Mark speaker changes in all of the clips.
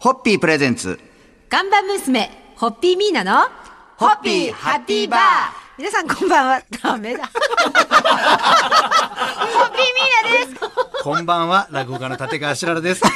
Speaker 1: ホッピープレゼンツ。
Speaker 2: ガンバ娘、ホッピーミーナの、
Speaker 3: ホッピーハッピーバー
Speaker 2: 皆さんこんばんは。ダメだ。ホッピーミーナです。
Speaker 1: こんばんは、落語家の立川しららです。
Speaker 2: ダメ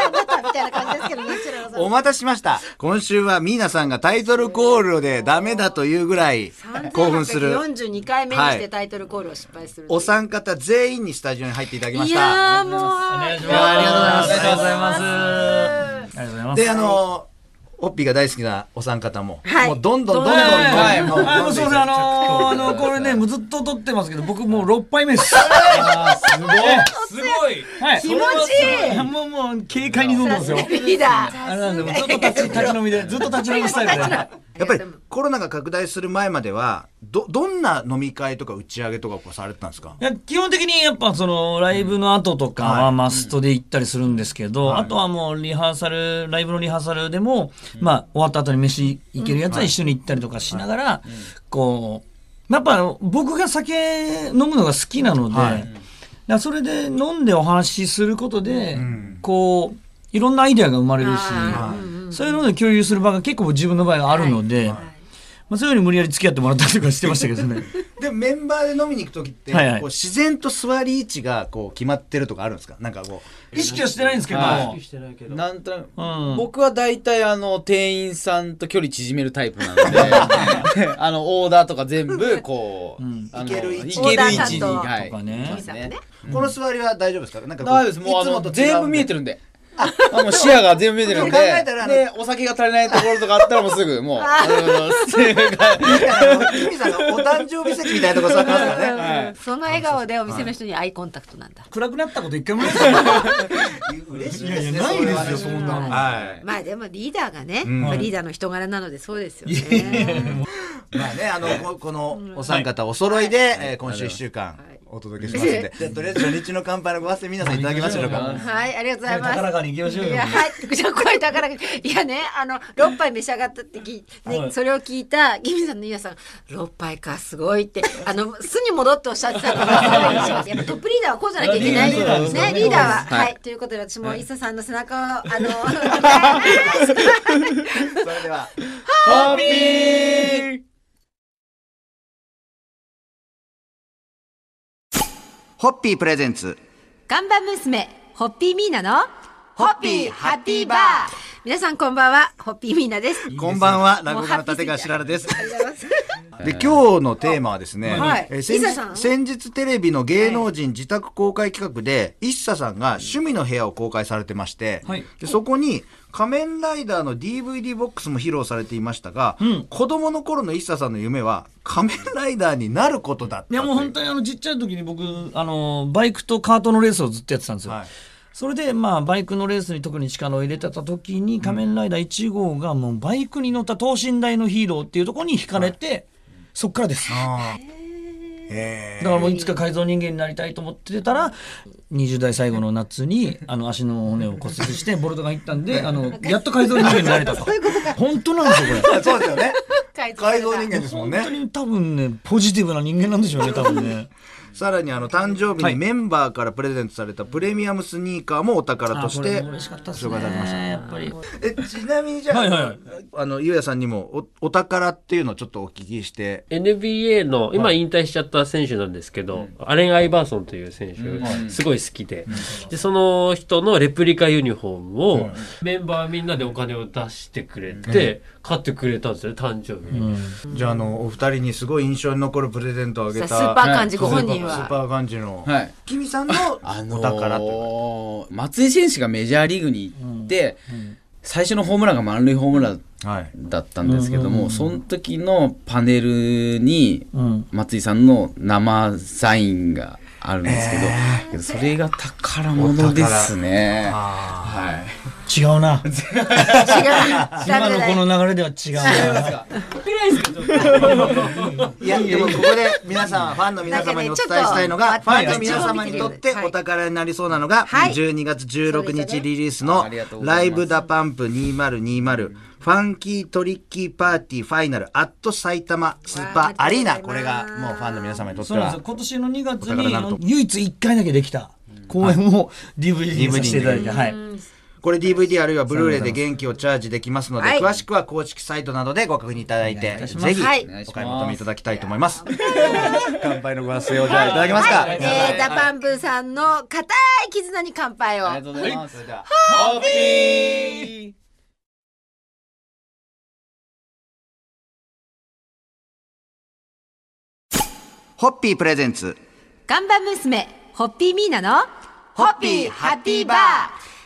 Speaker 2: だ、あなたみたいな感じですけどね、白さん。
Speaker 1: お待たせしました。今週はミーナさんがタイトルコールでダメだというぐらい興奮する。
Speaker 2: 42回目にしてタイトルコールを失敗する。
Speaker 1: お三方全員にスタジオに入っていただきま
Speaker 2: い
Speaker 1: した。
Speaker 2: やーもう。
Speaker 3: 願いし
Speaker 1: いやありがとうございます
Speaker 3: ありがとうございます。ありがとうございます。
Speaker 1: で、あの、ホッピーが大好きなお三方も、
Speaker 2: はい
Speaker 1: もうどんどんどんどんどん、
Speaker 3: はい、
Speaker 1: もう
Speaker 3: もう、
Speaker 1: どんどん
Speaker 3: すいません、あのー、あの、これね、もうずっと撮ってますけど、僕もう六杯目です。すごい。
Speaker 4: すごい
Speaker 3: はい。
Speaker 2: 気持ちいい
Speaker 3: もう、もう、軽快に飲んでますよ。
Speaker 2: リーダー。
Speaker 3: あれなんで、もうずっと立ち、立ち飲みで、ずっと立ち飲みスタイルで。
Speaker 1: やっぱりコロナが拡大する前までは、ど、どんな飲み会とか打ち上げとかこうされてたんですか
Speaker 3: いや基本的にやっぱそのライブの後とかはマストで行ったりするんですけど、
Speaker 1: はい
Speaker 3: あとはもうリハーサルライブのリハーサルでも、まあ終わった後に飯行けるやつは一緒に行ったりとかしながら、こうやっぱ僕が酒飲むのが好きなので、
Speaker 1: はい
Speaker 3: だからそれで飲んでお話しすることで、こういろんなアイデアが生まれるし、
Speaker 2: あーうんうん
Speaker 3: そういうので共有する場が結構自分の場合はあるので、まあ、そういうふうに無理やり付き合ってもらったりとかしてましたけどね。
Speaker 1: でメンバーで飲みに行く時って、
Speaker 3: はいはい
Speaker 1: こう自然と座り位置がこう決まってるとかあるんですかなんかこ
Speaker 3: 意識はしてないんですけど、
Speaker 5: は
Speaker 4: どなんとなく、
Speaker 3: うん
Speaker 5: 僕は大体あの店員さんと距離縮めるタイプなのであのオーダーとか全部こう、
Speaker 3: ん
Speaker 5: あの
Speaker 1: いける位置
Speaker 5: いける位置に
Speaker 2: オーダー担当
Speaker 5: はい
Speaker 3: とかね
Speaker 5: 行きますね
Speaker 1: う、この座りは大丈夫ですかなんかこ
Speaker 5: 大丈夫ですもうあの全部見えてるんであもう視野が全部見えてるんで
Speaker 1: 考えたらあの
Speaker 5: でお酒が足りないところとかあったらもうすぐもうありがとうございます
Speaker 1: キミさんのお誕生日席みたいなとこ座ってますからね
Speaker 2: うんその笑顔でお店の人にアイコンタクトなんだ。
Speaker 3: 暗くなったこと一回もないですよ。
Speaker 1: 嬉しいです
Speaker 3: いやい
Speaker 1: ね
Speaker 3: や、ないですよ、
Speaker 1: そ
Speaker 3: そ
Speaker 1: れはね
Speaker 3: んなの。
Speaker 1: は
Speaker 2: まあでもリーダーがね、
Speaker 1: うん
Speaker 2: まあリーダーの人柄なのでそうですよね。
Speaker 1: いまあねあのここのお三方お揃いで、えー今週一週間
Speaker 2: い
Speaker 1: お届けしますんで、じゃあとりあえず初日の乾杯のご発声皆さんいただきましょうか
Speaker 2: はい、ありがとうございます。
Speaker 3: 高らかに行きましょうよ
Speaker 2: いや、はい、じゃあ声高らかに。いやね、あの、6杯召し上がったってき、
Speaker 3: は
Speaker 2: ね、
Speaker 3: い
Speaker 2: それを聞いた、ギミさんのイヤさん、6杯か、すごいって、あの、巣に戻っておっしゃってたから、すごい印象ですやっぱトップリーダーはこうじゃなきゃいけない。
Speaker 3: リーダーです
Speaker 2: ね、
Speaker 3: ね
Speaker 2: リーダーは。
Speaker 5: はい
Speaker 2: はい、ということで私もイサさんの背中を、あの、
Speaker 1: それでは
Speaker 5: ハッピー
Speaker 1: ホッピープレゼンツ
Speaker 2: ガンバ娘、ホッピーミーナの、ホッ
Speaker 1: ピーハッピーバー
Speaker 2: 皆さんこんばんは、ホッピーミーナです。
Speaker 1: こんばんは落語家の立川しららです
Speaker 2: ありがとうございます。
Speaker 1: で今日のテーマはですね、
Speaker 2: はい
Speaker 1: えー先
Speaker 2: イッサさん
Speaker 1: 日先日テレビの芸能人自宅公開企画で、イッサさんが趣味の部屋を公開されてまして、
Speaker 3: はい
Speaker 1: でそこに仮面ライダーの DVD ボックスも披露されていましたが、
Speaker 3: ん
Speaker 1: 子供の頃のイッサさんの夢は仮面ライダーになることだった
Speaker 3: いや、もう本当にあの、ちっちゃい時に僕、あの、バイクとカートのレースをずっとやってたんですよ。
Speaker 1: はい
Speaker 3: それで、まあ、バイクのレースに特に力を入れてた時に、仮面ライダー1号がもうバイクに乗った等身大のヒーローっていうところに惹かれて、そっからです。だ
Speaker 1: あーえ
Speaker 3: からもういつか改造人間になりたいと思ってたら、20代最後の夏に、あの、足の骨を骨折して、ボルトが入ったんで、あの、やっと改造人間になれた と。本当なんですよ、これ。
Speaker 1: ーそうですよね
Speaker 2: 改
Speaker 1: 改造人間ですもん
Speaker 3: 本当
Speaker 1: ね
Speaker 3: に多分ね、ポジティブな人間なんでしょ うね、多分ね。
Speaker 1: さらにあの誕生日にメンバーからプレゼントされたプレミアムスニーカーもお宝として
Speaker 3: 嬉しかったです
Speaker 1: 紹
Speaker 3: ね。
Speaker 1: 介されました
Speaker 3: やっぱり。
Speaker 1: えちなみにじゃあ、
Speaker 3: はいはいはい
Speaker 1: あのゆうやさんにもおお宝っていうのをちょっとお聞きして
Speaker 6: NBA の今引退しちゃった選手なんですけど、アレン・アイバーソンという選手、すごい好きで、で、その人のレプリカユニフォームを、メンバーみんなでお金を出してくれて、買ってくれたんですよね、誕生日に。
Speaker 1: じゃああのお二人にすごい印象に残るプレゼントをあげ
Speaker 2: さあ
Speaker 1: た
Speaker 2: スーパー漢字ご本
Speaker 1: スー
Speaker 2: 人は。
Speaker 1: パーガンジの、
Speaker 5: はい
Speaker 1: キミさんの
Speaker 5: あ
Speaker 1: お
Speaker 5: の
Speaker 1: 宝と
Speaker 5: ー、松井選手がメジャーリーグに行って、最初のホームランが満塁ホームラン
Speaker 1: いうかはい
Speaker 5: だったんですけども、その時のパネルに
Speaker 3: うん。
Speaker 5: 松井さんの生サインがあるんですけど、けどそれが宝物ですね。
Speaker 1: あ
Speaker 5: はい。
Speaker 3: 違うな。
Speaker 2: 違う。
Speaker 3: 今のこの流れでは違 うな。
Speaker 1: ーいやでもここで皆さんファンの皆様にお伝えしたいのが、
Speaker 2: なん
Speaker 1: フ
Speaker 2: か
Speaker 1: ァン
Speaker 2: ね
Speaker 1: の皆様にとって
Speaker 2: はい
Speaker 1: お宝になりそうなのが、
Speaker 2: はい
Speaker 1: 12月16日リリース
Speaker 5: そ
Speaker 1: の
Speaker 5: れじゃね
Speaker 1: 「ライブダパンプ2020ファンキートリッキーパーティーファイナルアット埼玉スーパーアリーナ」これがもうファンの皆様にとって
Speaker 3: そうなんです
Speaker 1: は
Speaker 3: よ。今年の2月
Speaker 1: お宝になると
Speaker 3: に、唯一1回だけできた公演を DVD にさせていただいて、はい。
Speaker 1: これ DVD あるいはブルーレイで元気をチャージできますので、
Speaker 2: はい
Speaker 1: 詳しくは公式サイトなどでご確認いただいて、ぜひ
Speaker 2: はい
Speaker 1: お買い求めいただきたいと思います。乾杯のご発声をじゃあいただけますか。
Speaker 2: はい、えー、ダパンプさんの固い絆に乾杯を。
Speaker 5: ありがとうございます。
Speaker 4: ハッピー
Speaker 1: ホッピープレゼンツ。
Speaker 2: ガンバ娘、ホッピーミーナの、ホッピーハッピーバー。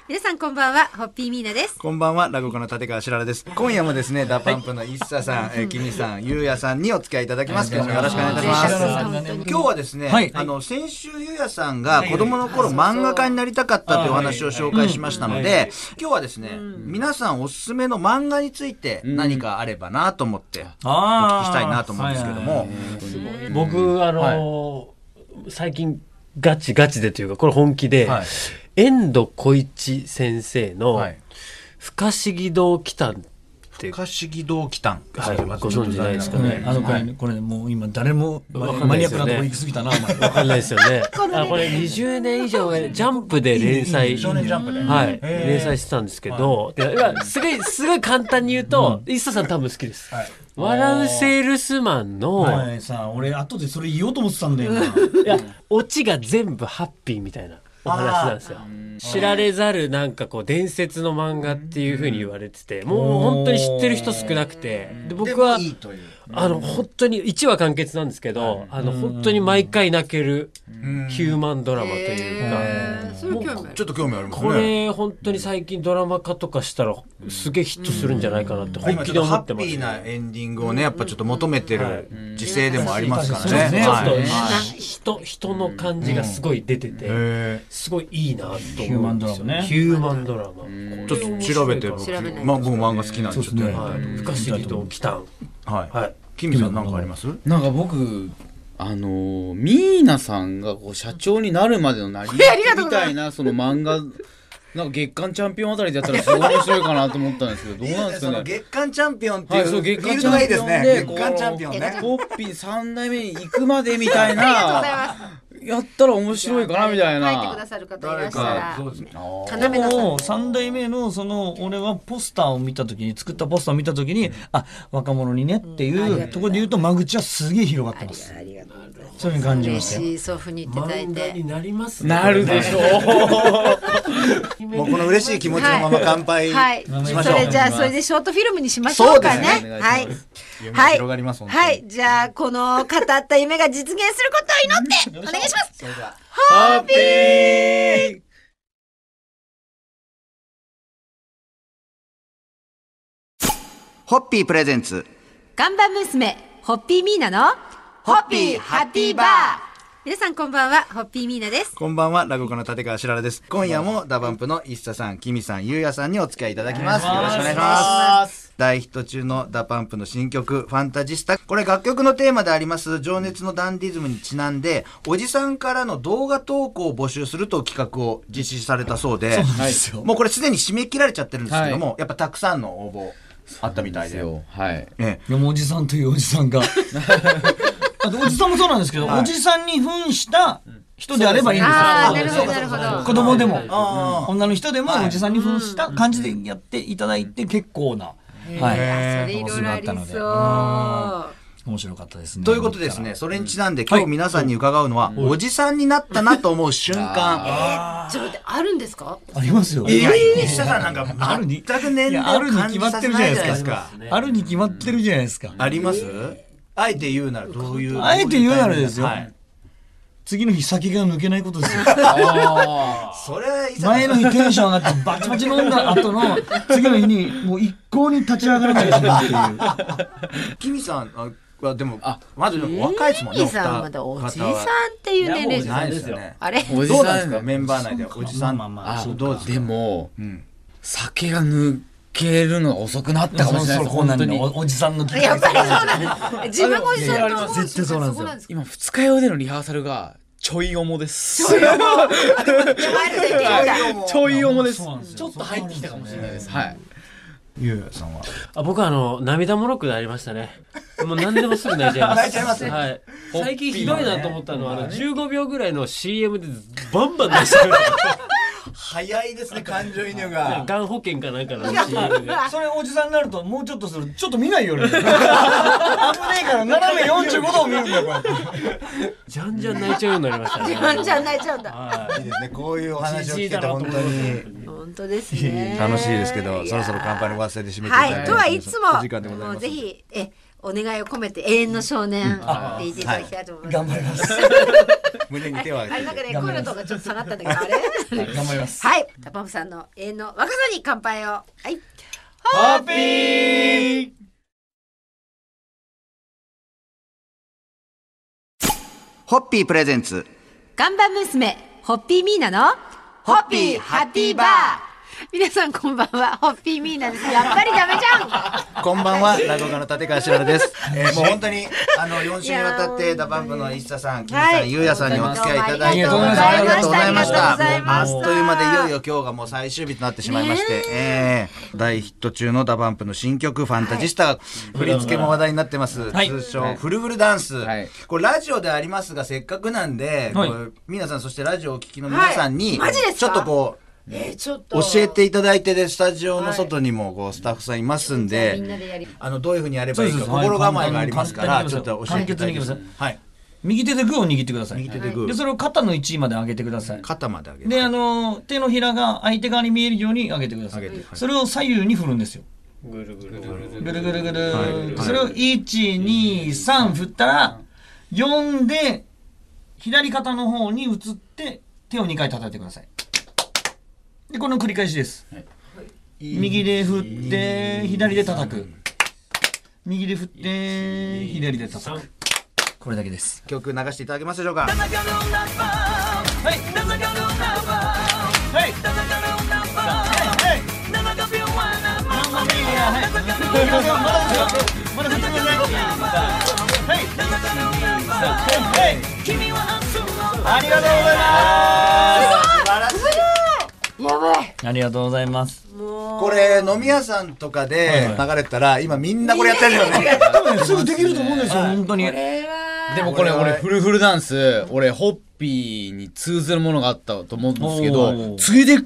Speaker 2: 皆さんこんばんは、ホッピーミーナです。
Speaker 1: こんばんは、ラゴコの立川しららです。今夜もですね、ダパンプの一茶さん、えー、キミさん、ゆうやさんにお付き合いいただきます。今日もよろしくお願いいたします。
Speaker 2: 本当に
Speaker 1: 今日はですね、
Speaker 3: はい
Speaker 1: あの先週ゆうやさんが子供の頃漫画家になりたかったというお話を紹介しましたので、今日はですね、皆さんおすすめの漫画について何かあればなと思ってお聞
Speaker 3: あ
Speaker 1: きしたいなと思うんですけども、
Speaker 6: 僕あのー最近ガチガチでというかこれ本気で、
Speaker 1: はい
Speaker 6: 遠藤浩一先生の
Speaker 1: はい
Speaker 6: 「不可思議堂来た」っていう、
Speaker 1: 不可思議堂来たん。
Speaker 6: はい、ご存知ないですか
Speaker 3: は
Speaker 6: ね。
Speaker 3: いあのこれ、これねもう今誰もマニアックなとこ行き過ぎたな、お前。
Speaker 6: わかんないですよね。あこれ20年以上前ジャンプで連載。
Speaker 1: 少年ジャンプで。
Speaker 6: はい、連載してたんですけど、でまあすごい、すごい簡単に言うと、イッサさん多分好きです。笑うセールスマンの、
Speaker 3: はい、さあ、俺後でそれ言おうと思ってたんだよな。
Speaker 6: いや、オチが全部ハッピーみたいなお話なんですよ。知られざるなんかこう伝説の漫画っていう風に言われてて、もう本当に知ってる人少なくて、で僕は、
Speaker 1: いいという。
Speaker 6: あの本当に1話完結なんですけど、あの本当に毎回泣けるヒューマンドラマというか、
Speaker 2: えー、それ興味ある。
Speaker 1: ちょっと興味あります
Speaker 6: こ
Speaker 1: ね。
Speaker 6: れ本当に最近ドラマ化とかしたらすげえヒットするんじゃないかなって本
Speaker 1: 今ち
Speaker 6: 気
Speaker 1: ょっと
Speaker 6: で思
Speaker 1: ハ
Speaker 6: って
Speaker 1: ッ
Speaker 6: ま
Speaker 1: ピ
Speaker 6: す
Speaker 1: ー。なエンディングをね、やっぱちょっと求めてる時勢でもありますから
Speaker 3: そうです
Speaker 1: ね。
Speaker 3: ね
Speaker 6: ちょっ
Speaker 1: は
Speaker 6: と
Speaker 1: い
Speaker 6: 人人の感じがすごい出てて、
Speaker 1: へ
Speaker 6: すごいいいなと思うんですよ
Speaker 3: ヒューマンドラマね
Speaker 6: ヒューマンドラマ。
Speaker 1: ーちょっと調べて、僕
Speaker 2: 調べないと
Speaker 1: まあ僕漫画好きなんで、ちょっとやりたい
Speaker 6: はい不可思議と来たん。
Speaker 1: はい。
Speaker 6: はい。
Speaker 1: キミさん何かあります
Speaker 5: なんか僕あのーミーナさんがこう社長になるまでのなり
Speaker 2: ありがとう
Speaker 5: み
Speaker 2: ございます
Speaker 5: たいなその漫画なんか月間チャンピオンあたりでやったらすごい面白いかなと思ったんですけどどうなんです
Speaker 1: そ
Speaker 5: か
Speaker 1: の
Speaker 5: ね
Speaker 1: 月間チャンピオンって
Speaker 5: はいいそう
Speaker 1: フ
Speaker 5: う
Speaker 1: ィ
Speaker 5: 月
Speaker 1: ー
Speaker 5: 間
Speaker 1: ル
Speaker 5: チ
Speaker 1: ドが
Speaker 5: ャ
Speaker 1: い
Speaker 5: ン
Speaker 1: いで
Speaker 5: ピ
Speaker 1: す
Speaker 5: オ
Speaker 1: ね
Speaker 5: ンで
Speaker 1: 月間チャンピオンね
Speaker 5: ポッピン3代目に行くまでみたいな
Speaker 2: ありがとうございます。
Speaker 5: やったら面白いかなみた
Speaker 2: 書
Speaker 5: い
Speaker 2: いてくだ
Speaker 5: な
Speaker 2: さる方いらっしゃら。
Speaker 1: そうですね
Speaker 2: 要
Speaker 3: で
Speaker 2: なさん。
Speaker 3: も三代目のその俺はポスターを見た時に作ったポスターを見た時に、あ若者にねっていうところで言うと間口はすげえ広がってます
Speaker 2: ありがとうございます。
Speaker 3: そういうふうに感じま
Speaker 2: 嬉
Speaker 3: したよ
Speaker 2: しい、そうふうに言っていただい
Speaker 6: 漫画に
Speaker 2: て。
Speaker 6: なりますね。
Speaker 5: なるでしょ
Speaker 1: もうこの嬉しい気持ちのまま乾杯
Speaker 2: はい。
Speaker 1: しまし
Speaker 2: そ
Speaker 1: ょう
Speaker 2: れじゃあ、それでショートフィルムにしましょうか
Speaker 5: そうです
Speaker 2: ね
Speaker 5: ね。
Speaker 2: はい。
Speaker 1: 夢が
Speaker 2: はい。
Speaker 1: 広がります本当に
Speaker 2: はい。じゃあ、この語った夢が実現することを祈って、お願いします。
Speaker 5: ハッピー
Speaker 1: ホッピープレゼンツ
Speaker 2: ガンバ娘、ホッピーミーナの、ホッピーハッピーバー。皆さんこんばんは、ホッピーミーナです。
Speaker 1: こんばんはラゴコの立川しららです今夜もダバンプの一茶さんキミさんゆうやさんにお付き合いいただきますよろしくお願いします大ヒット中のダパンプの新曲「ファンタジスタ」これ楽曲のテーマであります「情熱のダンディズム」にちなんでおじさんからの動画投稿を募集するという企画を実施されたそうでもうこれすでに締め切られちゃってるんですけども、やっぱたくさんの応募あったみたいで。
Speaker 5: はい
Speaker 1: ええ
Speaker 3: でもおじさんというおじ さんがあとおじさんもそうなんですけど、おじさんに扮した人であればいいんですよ、
Speaker 2: ああ、
Speaker 3: そ
Speaker 2: な
Speaker 3: う
Speaker 2: る
Speaker 3: です
Speaker 2: ほど、なるほど。
Speaker 3: 子供でも、
Speaker 1: ああ
Speaker 3: 女の人でもおじさんに扮した感じでやっていただいて結構な、はい、
Speaker 2: あそれいろいろありそう。
Speaker 3: 面白かったですね。
Speaker 1: ということでですね、それにちなんで今日皆さんに伺うのは、おじさんになったなと思う瞬間。
Speaker 2: ちょっと待って、あるんですか
Speaker 3: ありますよ。
Speaker 1: いや、西田さんなんか
Speaker 3: あるに
Speaker 1: 全く年
Speaker 3: いや
Speaker 1: 齢
Speaker 3: あ
Speaker 1: を
Speaker 3: るに
Speaker 1: 感
Speaker 3: 決
Speaker 1: じ
Speaker 3: ま
Speaker 1: さ
Speaker 3: っ
Speaker 1: せ
Speaker 3: てる
Speaker 1: な
Speaker 3: じゃないい
Speaker 1: じゃない
Speaker 3: で
Speaker 1: です
Speaker 3: すか
Speaker 1: か。。
Speaker 3: あるに決まってるじゃないですか。
Speaker 1: ありますあえて言うならどういう。
Speaker 3: あえて言うならですよ
Speaker 1: はい
Speaker 3: 次の日先が抜けないことですよ。
Speaker 1: それは伊
Speaker 3: 前の日テンション上がってバチバチ飲んだ後の次の日にもう一向に立ち上がらないしまうっていう。
Speaker 1: 君さんはでも、まず若いですもんね。
Speaker 2: ミーさんまだおじさん
Speaker 1: お二方
Speaker 2: っ
Speaker 1: は
Speaker 2: ていう年齢
Speaker 1: じ
Speaker 2: じ
Speaker 1: ゃ
Speaker 2: ゃ
Speaker 1: な
Speaker 2: ないい
Speaker 1: ですよね。
Speaker 2: あれ
Speaker 5: おじ
Speaker 1: どうなんで
Speaker 5: さ
Speaker 1: す
Speaker 5: ん
Speaker 1: かメンバー内でおじさん。
Speaker 3: まあまあまあ
Speaker 5: あ
Speaker 3: そう
Speaker 1: どうですか
Speaker 5: でも
Speaker 1: ん
Speaker 5: 酒が抜けるのが遅くなったかも
Speaker 3: そ
Speaker 5: しれな
Speaker 3: そ
Speaker 5: いです
Speaker 3: こうなん
Speaker 5: 本当
Speaker 3: だ
Speaker 5: に
Speaker 3: よ。おおじさんの気
Speaker 2: やっぱりそう なんです。自分もおじさんと思う
Speaker 3: いやいや絶対そうなんですよ
Speaker 2: です
Speaker 5: 今二日酔いでのリハーサルがちょい重です。
Speaker 2: よ。ワイルドいけるんだ
Speaker 5: ちょい重です。
Speaker 3: そうなんですよ
Speaker 5: ちょっと入ってきたかもしれないです。はい。
Speaker 1: ゆうやさんは。
Speaker 6: あ僕はあの、涙もろくなりましたね。もう何でもすぐ泣いちゃいます。
Speaker 1: 泣いちゃいます
Speaker 6: はい。最近ひどいなと思ったのは、あの、15秒ぐらいの CM でバンバン泣いちゃう。
Speaker 1: 早いですね、感情移入 が。
Speaker 6: がん保険かなんかの CM が。
Speaker 3: それおじさんになるともうちょっとするとちょっと見ないよ 俺危ねえから斜め45度を見るんだよこうやって
Speaker 6: じゃんじゃん泣いちゃうようになりましたね。
Speaker 2: 自分じゃ泣いちゃうんだ。
Speaker 6: はい
Speaker 1: いですね、こういうお話を聞けて
Speaker 6: じじいだなと
Speaker 1: 本
Speaker 6: 思い
Speaker 1: 当
Speaker 6: ま
Speaker 1: に。
Speaker 2: 本当ですね。
Speaker 1: 楽しいですけど、
Speaker 2: や
Speaker 1: そろそろ乾杯のお忘れで締めていただ
Speaker 2: はいい、
Speaker 1: て
Speaker 2: とはいつ
Speaker 1: お時間でご
Speaker 2: も、
Speaker 1: ざい
Speaker 2: も
Speaker 1: ま
Speaker 2: う
Speaker 1: す。
Speaker 2: ぜひ、え、お願いを込めて永遠の少年って言っていただきたいと思います。
Speaker 3: 頑張ります
Speaker 1: 胸に手を
Speaker 2: あ
Speaker 1: 挙
Speaker 2: れ
Speaker 1: げ
Speaker 2: なんか
Speaker 1: て。
Speaker 2: ね、声のとこがちょっと下がったんだけど、あれ
Speaker 3: 頑張ります
Speaker 2: はい、タパンプさんの永遠の若さに乾杯を。はい。
Speaker 5: ハッピー
Speaker 1: ホッピープレゼンツ。
Speaker 2: ガンバ娘、ホッピーミーナの、ホッピーハッピーバー。皆さんこんばんは、ホッピーミーナです。やっぱりダメじゃん
Speaker 1: こんばんは、落語家の立川志らくです。えーもう本当に、あの、4週にわたって、ダバンプの一茶さん、キムさ
Speaker 2: は
Speaker 1: ん、
Speaker 2: い
Speaker 1: ゆうやさんにお付き合いいただいて、
Speaker 3: どうも
Speaker 1: あ
Speaker 3: あ
Speaker 1: り
Speaker 3: り
Speaker 1: がと
Speaker 3: がと
Speaker 1: うご
Speaker 3: うご
Speaker 1: ざ
Speaker 3: ざ
Speaker 1: い
Speaker 3: い
Speaker 1: まし。
Speaker 3: ましたた
Speaker 1: あ
Speaker 2: あ
Speaker 1: っ
Speaker 2: りがとうございました
Speaker 1: という間で、いよいよ今日がもう最終日となってしまいまして、えー大ヒット中のダバンプの新曲、ファンタジスタ、振り付けも話題になってます。
Speaker 3: はい
Speaker 1: 通称、フルフルダンス。
Speaker 5: はい
Speaker 1: これ、ラジオでありますが、せっかくなんで、
Speaker 3: はい
Speaker 1: こう皆さん、そしてラジオをお聞きの皆さんに、
Speaker 2: はいマジですか
Speaker 1: ちょっとこう、
Speaker 2: えー、ちょっ
Speaker 1: 教
Speaker 2: と。
Speaker 1: えていただいてで、スタジオの外にも、こう、スタッフさんいますんで、
Speaker 2: みんなでやり。
Speaker 1: あのどういうふうにやればいい
Speaker 3: そう
Speaker 1: か
Speaker 3: ですはい
Speaker 1: 心構えがありますから
Speaker 3: 簡単に
Speaker 1: ちょっと教えていただきます
Speaker 3: 簡潔にいきま
Speaker 1: はい
Speaker 3: 右手でグーを握ってください
Speaker 1: 右手でグ
Speaker 3: で
Speaker 1: ー
Speaker 3: それを肩の位置まで上げてください
Speaker 1: 肩まで上げ
Speaker 3: で
Speaker 1: て
Speaker 3: あの手のひらが相手側に見えるように上げてください
Speaker 1: 上げてはい
Speaker 3: それを左右に振るんですよ
Speaker 6: ぐるぐる
Speaker 3: ぐ
Speaker 6: ぐるぐる。
Speaker 3: るぐるぐる、
Speaker 1: はい
Speaker 3: それを123振ったら4で左肩の方に移って手を2回叩いてくださいでこの繰り返しです、右で振って左で叩く右で振って左で叩くこれだけです
Speaker 1: 曲流していただけますでしょうか
Speaker 3: はいはいはい
Speaker 2: やば
Speaker 3: まだ振ってくださいはいはいありがとうござい
Speaker 2: い。
Speaker 3: ますありがとうございます
Speaker 2: もう。
Speaker 1: これ飲み屋さんとかで流れてたら今みんなこれやってるよね
Speaker 3: 多分すぐできると思うんですよ本当に
Speaker 2: これは。
Speaker 5: でもこれ
Speaker 1: これ
Speaker 5: 俺
Speaker 1: は
Speaker 5: フルフルダンス俺ホッピーに通ずるものがあったと思うんですけ
Speaker 3: お
Speaker 5: ど
Speaker 3: ー
Speaker 5: ついでく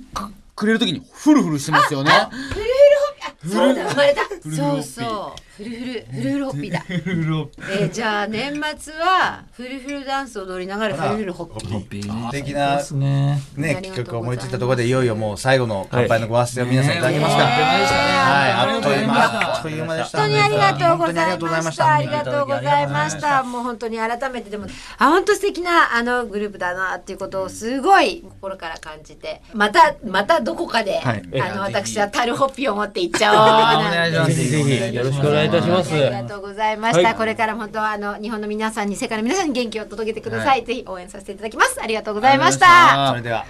Speaker 5: くれる時にフルフルしてますよね
Speaker 2: フルフルホッピー。あ、そうだ、生まれた。そうそう。フルフル、フルフルホッピーだ。フルフルえー、じゃあ年末は、フルフルダンスを踊りながら、フルフルホッピー。
Speaker 1: 素敵
Speaker 3: そう
Speaker 1: な
Speaker 3: ですね
Speaker 1: ね曲を思いついたところでいよいよもう最後の乾杯のご発声を皆さんいただきました
Speaker 3: ねえ
Speaker 1: はいあ
Speaker 3: あ
Speaker 1: っ
Speaker 3: っ
Speaker 1: と
Speaker 3: と
Speaker 1: い
Speaker 3: いうう
Speaker 1: 間
Speaker 3: 間
Speaker 1: あっという間でした
Speaker 2: 本当にありがとうご
Speaker 1: 本当にあ
Speaker 2: ざ
Speaker 1: り
Speaker 2: い
Speaker 1: がとうござい
Speaker 2: ま
Speaker 1: まし
Speaker 2: し。
Speaker 1: たた
Speaker 2: ありがとうございました。もう本当に改めてでも、あ、本当素敵なあのグループだなっていうことをすごい心から感じて、またまたどこかで、
Speaker 1: はい
Speaker 2: あの私はタルホッピーを持って行っちゃおうなんて。
Speaker 6: ぜひぜひよろしくお願いいたします。
Speaker 2: ありがとうございました。
Speaker 6: はい
Speaker 2: これからも本当あの日本の皆さんに世界の皆さんに元気を届けてください。ぜひ応援させていただきます。ありがとうございました。
Speaker 1: それでは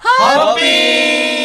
Speaker 5: ハッピー